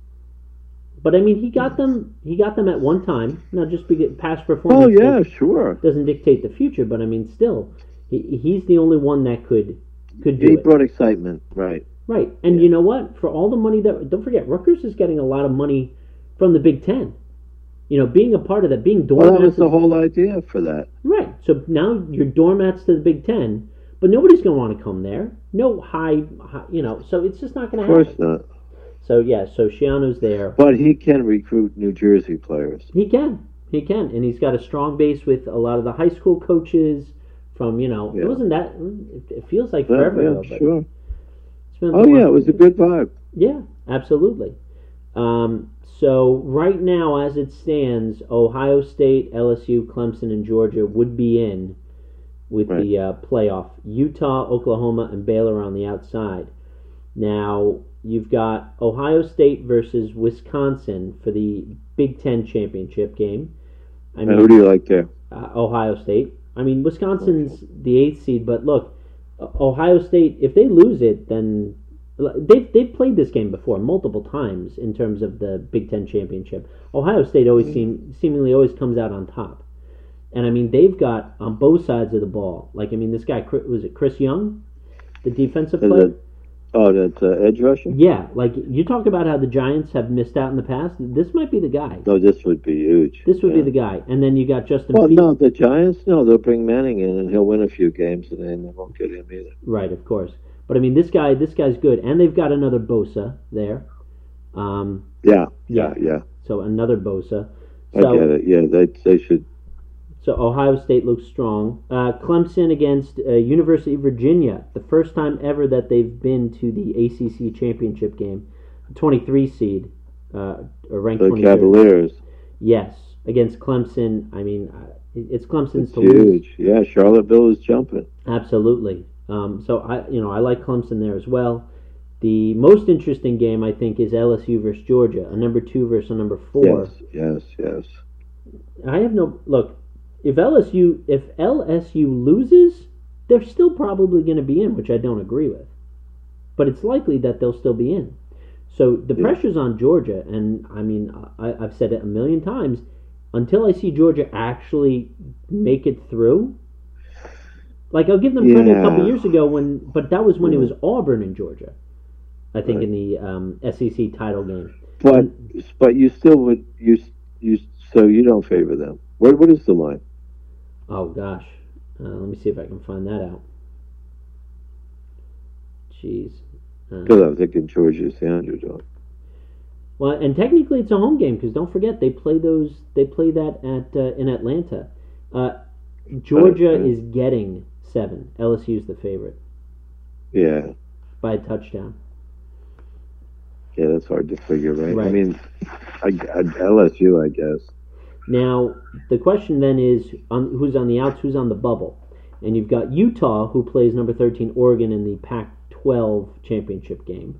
But I mean, he got them. He got them at one time. Now, just because past performance.
Oh yeah, sure.
doesn't dictate the future, but I mean, still, he, he's the only one that could could do
He
it.
brought excitement, right?
right, and you know what? For all the money that don't forget, Rutgers is getting a lot of money from the Big Ten. You know, being a part of that, being
Well,
doormats.
that was the whole idea for that.
right. So now you're doormats to the Big Ten, but nobody's going to want to come there. No high, high, you know. So it's just not going
Of
to
course
happen.
not.
So yeah, so Shiano's there.
But he can recruit New Jersey players.
He can. He can. And he's got a strong base with a lot of the high school coaches from, you know, it
Yeah.
wasn't that, it- it feels like
Yeah,
forever
yeah,
ago. but
sure.
it's been a
Oh
long-
yeah, it was a good vibe.
Yeah, absolutely. Um, so right now, as it stands, Ohio State, LSU, Clemson, and Georgia would be in with the uh, playoff. Utah, Oklahoma, and Baylor on the outside. Now you've got Ohio State versus Wisconsin for the Big Ten championship game. I
Now, who do you like there?
uh, Ohio State. I mean, Wisconsin's the eighth seed, but look, Ohio State, if they lose it, then they've they've played this game before multiple times in terms of the Big Ten championship. Ohio State always
Mm-hmm.
seem seemingly always comes out on top, and I mean they've got on both sides of the ball. Like I mean, this guy Chris- was it Chris Young, the defensive
And
player.
the- oh, that's uh, edge rusher.
Yeah, like you talk about how the Giants have missed out in the past. This might be the guy.
No, this would be huge.
This would
Yeah.
be the guy. And then you got Justin
Well,
Fields.
no, the Giants. No, they'll bring Manning in, and he'll win a few games, and then they won't get him either.
Right, of course. But I mean, this guy, this guy's good, and they've got another Bosa there. Um,
Yeah, yeah, yeah.
so another Bosa.
I get
So,
it. Yeah, they they should.
so Ohio State looks strong. Uh, Clemson against uh, University of Virginia, the first time ever that they've been to the ACC championship game. Twenty-three seed, uh, or ranked
The
23rd.
Cavaliers.
Yes, against Clemson. I mean, uh, it- it's Clemson's
It's
to lose.
huge. Yeah, Charlottesville is jumping.
Absolutely. Um, so I, you know, I like Clemson there as well. The most interesting game I think is LSU versus Georgia, a number two versus a number four.
Yes, yes, yes.
I have no look. If LSU, if LSU loses, they're still probably going to be in, which I don't agree with. But it's likely that they'll still be in. So the
Yeah.
pressure's on Georgia, and I mean, I, I've said it a million times. Until I see Georgia actually make it through, like I'll give them credit a couple
Yeah.
years ago when, but that was when it
Yeah.
was Auburn and Georgia, I think,
Right.
in the um, SEC title game.
But but you still would you you so you don't favor them. What what is the line?
Oh gosh, uh, let me see if I can find that out. Jeez. Uh,
Because I'm thinking Georgia's the underdog.
well, and technically it's a home game because don't forget they play those they play that at uh, in Atlanta. Uh, Georgia
Right, right.
is getting seven. LSU's the favorite
Yeah,
by a touchdown.
yeah, that's hard to figure, right? I
Right.
mean, I, I, LSU, I guess.
Now the question then is on, who's on the outs, who's on the bubble, and you've got Utah who plays number thirteen Oregon in the Pac-12 championship game.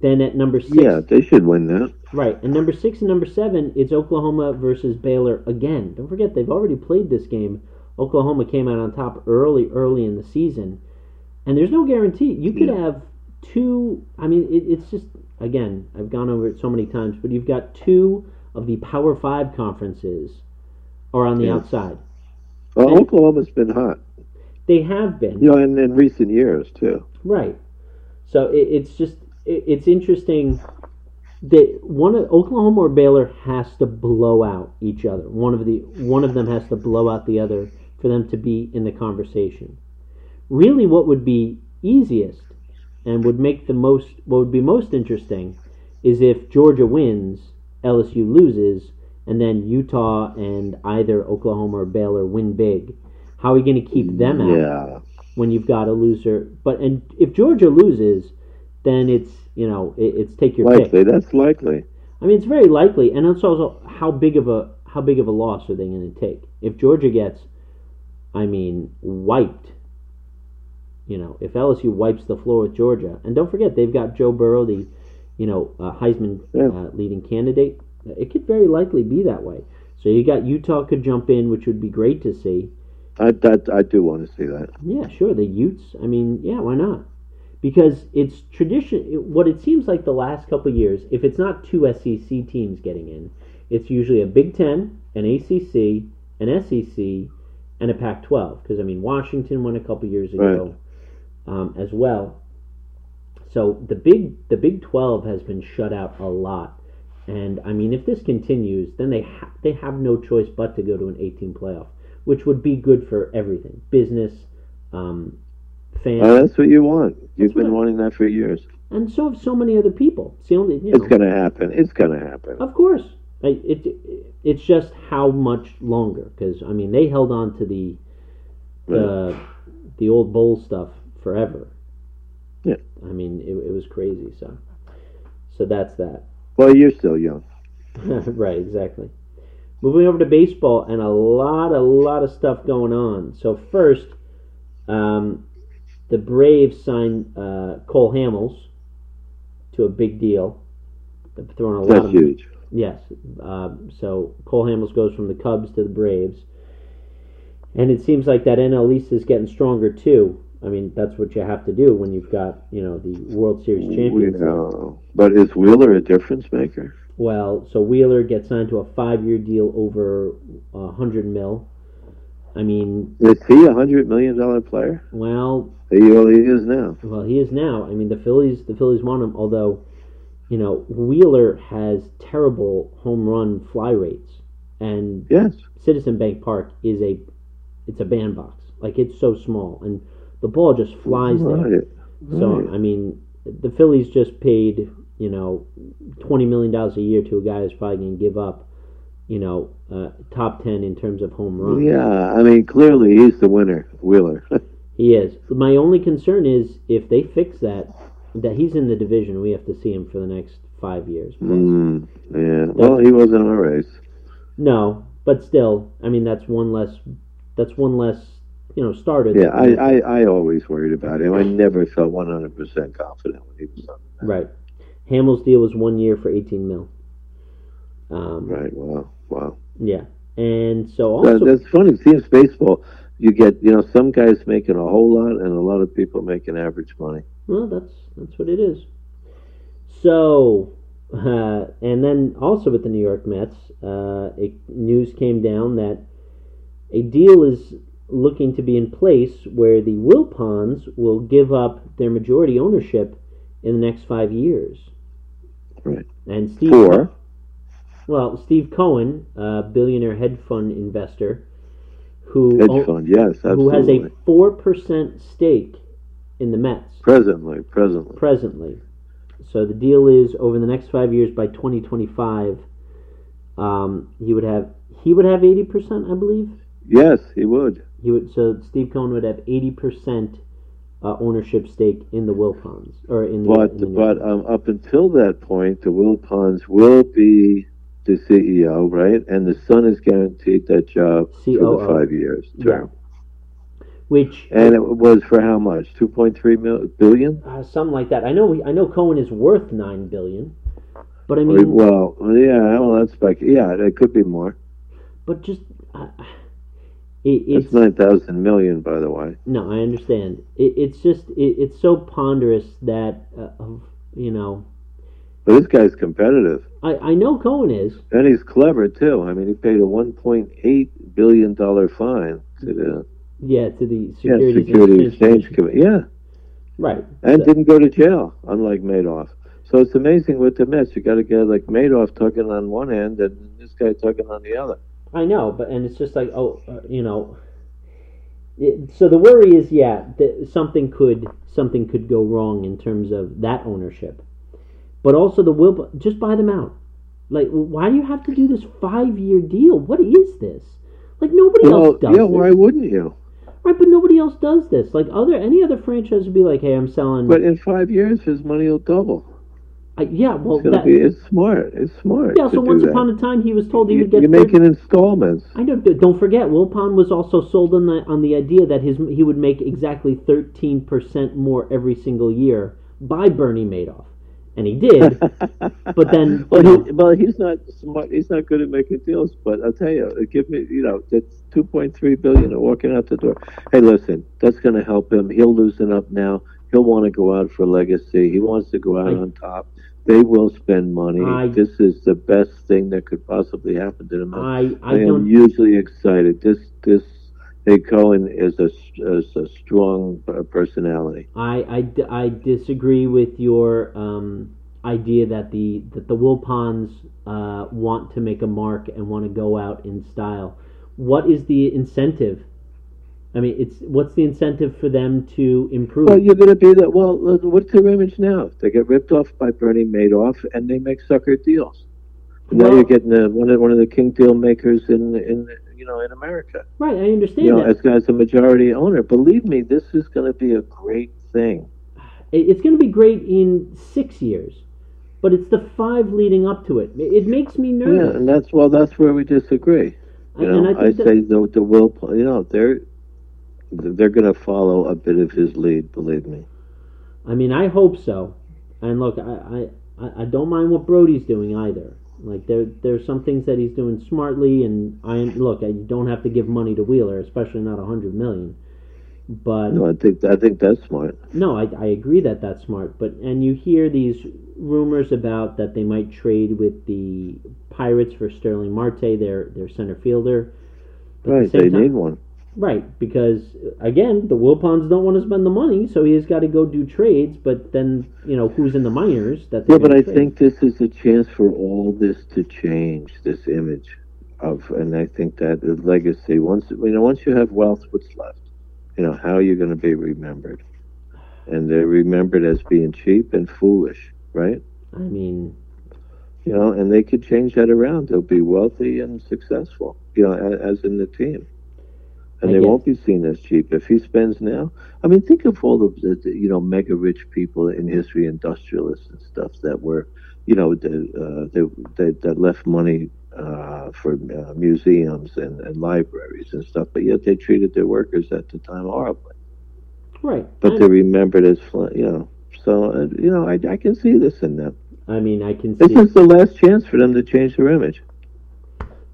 Then at number six,
Yeah, they should win that.
Right, and number six and number seven, it's Oklahoma versus Baylor again. Don't forget they've already played this game. Oklahoma came out on top early, early in the season, and there's no guarantee. You could have two. I mean, it, it's just again, I've gone over it so many times, but you've got two of the Power Five conferences are on the
Yes.
outside.
Well,
And-
Oklahoma's been hot,
They have been.
you know, and in recent years too.
Right. So it, it's just it, it's interesting that one of Oklahoma or Baylor has to blow out each other. One of the one of them has to blow out the other for them to be in the conversation. Really, what would be easiest and would make the most what would be most interesting is if Georgia wins, LSU loses, and then Utah and either Oklahoma or Baylor win big. How are we going to keep them out?
Yeah,
when you've got a loser. But and if Georgia loses, then it's you know it, it's take your pick.
likely. That's likely.
I mean, it's very likely, and it's also how big of a how big of a loss are they going to take if Georgia gets, I mean, wiped. You know, if LSU wipes the floor with Georgia, and don't forget they've got Joe Burrow, the you know uh, Heisman
Yeah.
uh, leading candidate. It could very likely be that way. So you got Utah could jump in, which would be great to see.
I that, I do want to see that.
Yeah, sure. The Utes. I mean, yeah, why not? Because it's tradition. It, what it seems like the last couple years, if it's not two SEC teams getting in, it's usually a Big Ten, an ACC, an SEC, and a Pac-12. Because I mean, Washington won a couple years ago um, as well. So the big the Big Twelve has been shut out a lot, and I mean, if this continues, then they ha- they have no choice but to go to an 18 playoff, which would be good for everything, business, um, fans,
Oh, that's what you want. You've
That's right.
been wanting that for years.
and so have so many other people. It's the only you
It's
know,
going to happen. It's going to happen.
Of course, I, it, it it's just how much longer because I mean they held on to the the the old bowl stuff forever.
Yeah.
I mean it, it was crazy. So so that's that.
Well, you're still young.
right, exactly. Moving over to baseball and a lot, a lot of stuff going on. So first, um, the Braves signed uh, Cole Hamels to a big deal. They've thrown a lot
That's
of
huge.
Yes. Um, so Cole Hamels goes from the Cubs to the Braves. And it seems like that NL East is getting stronger too. I mean, that's what you have to do when you've got you know the World Series champions.
Yeah. But is Wheeler a difference maker?
Well, so Wheeler gets signed to a five-year deal over a hundred mil. I mean,
Is he a hundred million dollar player?
well,
He really is now.
well, he is now. I mean, the Phillies, the Phillies want him. Although, you know, Wheeler has terrible home run fly rates, and
Yes.
Citizen Bank Park is a, it's a bandbox. Like it's so small, and the ball just flies there.
Right.
So
Right.
I mean, the Phillies just paid you know twenty million dollars a year to a guy who's probably going to give up you know uh, top ten in terms of home runs.
Yeah, I mean clearly he's the winner, Wheeler.
He is. My only concern is if they fix that, that he's in the division, we have to see him for the next five years. plus.
mm, yeah. Well, he wasn't in our race.
No, but still, I mean that's one less. That's one less. You know, starter.
Yeah, I, I, I always worried about him. I never felt one hundred percent confident when he was on.
right. Hamill's deal was one year for eighteen mil. Um,
Right. Wow. Wow.
Yeah, and so
That-
also
that's funny. It seems baseball. You get you know some guys making a whole lot and a lot of people making average money.
Well, that's that's what it is. So, uh, and then also with the New York Mets, uh, it, news came down that a deal is looking to be in place where the Wilpons will give up their majority ownership in the next five years.
Right.
And Steve
Four.
well, Steve Cohen, a billionaire hedge fund investor, who
Hedge
own-
fund. Yes. Absolutely.
who has a four percent stake in the Mets.
presently presently.
presently. So the deal is over the next five years by 2025, um, he would have he would have 80 percent, I believe.
Yes, he would.
He would so Steve Cohen would have 80 percent uh, ownership stake in the Wilpons or in the
But
in the-
but um, up until that point, the Wilpons will be the CEO, right? And the son is guaranteed that job for
COO.
the five years
yeah.
term.
which
And it was for how much? Two point three mil- billion.
uh, something like that. I know we, I know Cohen is worth nine billion, but I mean,
Well, yeah. Well, that's back. Yeah, it could be more.
but just uh, it, it's
It's nine thousand million, by the way.
No, I understand. It, it's just it, it's so ponderous that uh, of you know
But this guy's competitive,
I, I know Cohen is
and he's clever too. I mean, he paid a one point eight billion dollar fine to the
yeah to the
yeah,
Securities, and
Security Exchange
Commission.
Committee. Yeah,
right
and
So-
didn't go to jail, unlike Madoff. So it's amazing with the Mets. You got a guy like Madoff tugging on one hand, and this guy tugging on the other.
I know but and it's just like oh uh, you know it, so the worry is yeah that something could something could go wrong in terms of that ownership but also the will just buy them out like why do you have to do this five year deal what is this like nobody
Well,
else does
yeah,
this.
why wouldn't you?
Right, but nobody else does this. Like other any other franchise would be like, "Hey, I'm selling."
But in five years, his money will double.
I, yeah, well,
It's gonna
that,
be. It's smart. It's smart.
yeah.
to
So
do
once
that.
upon a time, he was told he
you,
would get.
you make
30
it installments.
I know. but Don't forget, Wilpon was also sold on the on the idea that his he would make exactly thirteen percent more every single year by Bernie Madoff, and he did. but then,
Well,
you know,
he, well, he's not smart. He's not good at making deals. But I'll tell you, give me, you know, that's two point three billion are walking out the door. Hey, listen, that's going to help him. He'll loosen up now. He'll want to go out for legacy. He wants to go out
I-
on top. They will spend money.
I-
this is the best thing that could possibly happen to the Mets.
I
I
I
am
don't.
usually excited. This this Nick Cohen is a is a strong uh, personality.
I, I, d- I disagree with your um, idea that the that the Wilpons uh, want to make a mark and want to go out in style. What is the incentive? I mean, it's what's the incentive for them to improve?
Well, you're going to be that. Well, uh, look, what's their image now? They get ripped off by Bernie Madoff, and they make sucker deals. Now
Well-
you're getting the, one of one of the king deal makers in in you know in America.
right, I understand
You know,
that.
as as a majority owner, believe me, this is going to be a great thing.
It- It's going to be great in six years, but it's the five leading up to it. It it makes me
Yeah,
nervous.
and that's well, that's where we disagree. You
And- and
know,
I
I,
think that-
say the the will. You know, they're they're going to follow a bit of his lead. Believe me.
I mean, I hope so. And look, I, I- I, I don't mind what Brody's doing either. Like there, there's some things that he's doing smartly, and I look, I don't have to give money to Wheeler, especially not a hundred million. But
No, I think I think that's smart.
no, I, I agree that that's smart. But and you hear these rumors about that they might trade with the Pirates for Sterling Marte, their their center fielder. But at the
Right,
same
they
time-
need one.
Right, because again, the Wilpons don't want to spend the money, so he's got to go do trades. But then you know who's in the minors? That they're
Yeah, but
gonna
I
trade.
think this is a chance for all this to change this image of, and I think that the legacy. Once you know, once you have wealth, what's left? You know, how are you going to be remembered? And they're remembered as being cheap and foolish, right?
I mean,
You know, and they could change that around. They'll be wealthy and successful. You know, as, as in the team, and
I
they
guess-
won't be seen as cheap if he spends now. I mean, think of all the, the- the you know mega rich people in history, industrialists and stuff that were, you know, the, uh, that that that left money uh, for uh, museums and, and libraries and stuff, but yet they treated their workers at the time horribly.
right?
But
I-
they're remembered as, fl- you know. So uh, you know, I, I can see this in them.
I mean, I can
This
see.
is the last chance for them to change their image.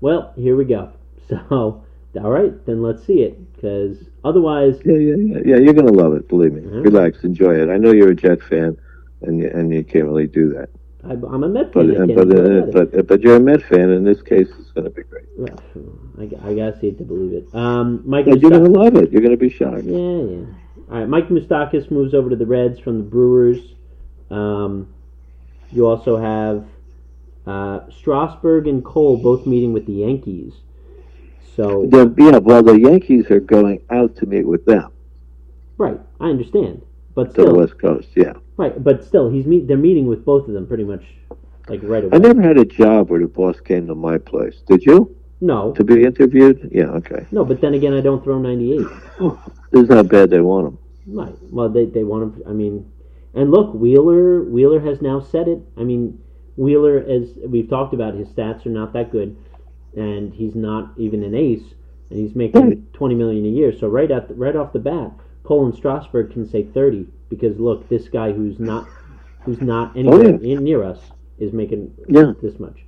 Well, here we go. So, all right, then let's see it, because otherwise,
Yeah, yeah, yeah. yeah you're gonna love it. Believe me.
Mhm.
Relax, enjoy it. I know you're a Jet fan, and you, and you can't really do that.
I, I'm a Met
But
fan. I can't
but,
even
uh,
look at it.
but but you're a Met fan. In this case, it's gonna be great.
I, I gotta see it to believe it. Um, Mike.
Yeah, you're
Moustak-
gonna love it. You're gonna be shocked.
Yeah, yeah. All right, Mike Moustakis moves over to the Reds from the Brewers. Um, you also have uh, Strasburg and Cole both meeting with the Yankees. So
The, yeah. Well, the Yankees are going out to meet with them
right, I understand, but
to the
still,
West Coast. Yeah.
right, but still, he's meet. They're meeting with both of them pretty much like right away.
I never had a job where the boss came to my place. Did you
no,
to be interviewed? Yeah. Okay.
no, but then again, I don't throw ninety eight.
This is how bad they want them.
Right. Well, they they want him. I mean, and look, Wheeler Wheeler has now said it. I mean, Wheeler, as we've talked about, his stats are not that good, and he's not even an ace, and he's making
Right.
twenty million a year. So right at the, right off the bat, Cole and Strasburg can say thirty because look, this guy who's not who's not anywhere in, near us is making
Yeah.
this much.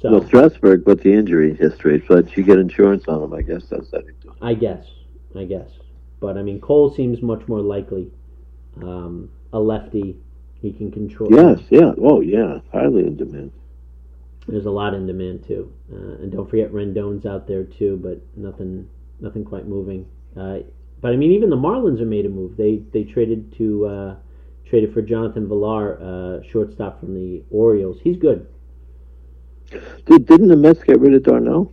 So
Well, Strasburg, but the injury history, but you get insurance on them. I guess that's how they do. it.
I guess, I guess, but I mean, Cole seems much more likely. Um, a lefty, he can control.
Yes, yeah. Oh, yeah. Highly in demand.
There's a lot in demand too, uh, and don't forget Rendon's out there too, but nothing, nothing quite moving. Uh, but I mean, even the Marlins are made a move. They they traded to uh, traded for Jonathan Villar, uh, shortstop from the Orioles. He's good.
Did, didn't the Mets get rid of Darnell?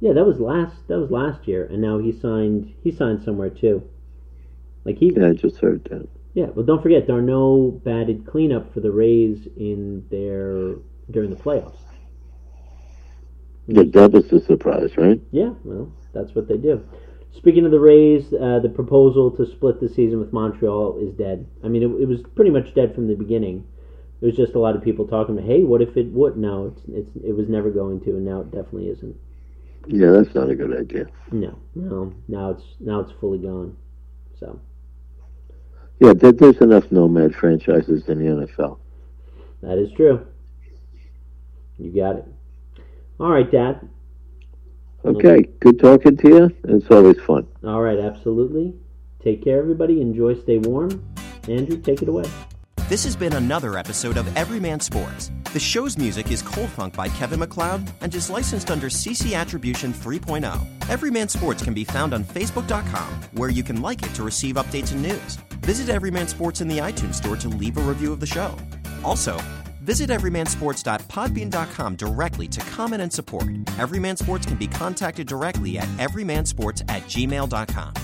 Yeah, that was last that was last year, and now he signed he signed somewhere too. Like he
Yeah, I just heard that.
Yeah, well, don't forget Darno batted cleanup for the Rays in their during the playoffs.
Yeah, that was a surprise, right?
Yeah, well, that's what they do. Speaking of the Rays, uh, the proposal to split the season with Montreal is dead. I mean, it, it was pretty much dead from the beginning. It was just a lot of people talking. Hey, what if it would? No, it's, it's it was never going to, and now it definitely isn't.
Yeah, that's not a good idea.
No, no, now it's now it's fully gone. So
Yeah, there, there's enough nomad franchises in the NFL.
that is true. You got it. All right, Dad.
Okay, good talking to you. It's always fun.
All right, absolutely. Take care, everybody. Enjoy, stay warm. Andrew, take it away.
This has been another episode of Everyman Sports. The show's music is Cold Funk by Kevin McLeod and is licensed under CC Attribution 3.0. Everyman Sports can be found on Facebook.com, where you can like it to receive updates and news. Visit Everyman Sports in the iTunes Store to leave a review of the show. Also, visit everymansports.podbean.com directly to comment and support. Everyman Sports can be contacted directly at everymansports at gmail.com.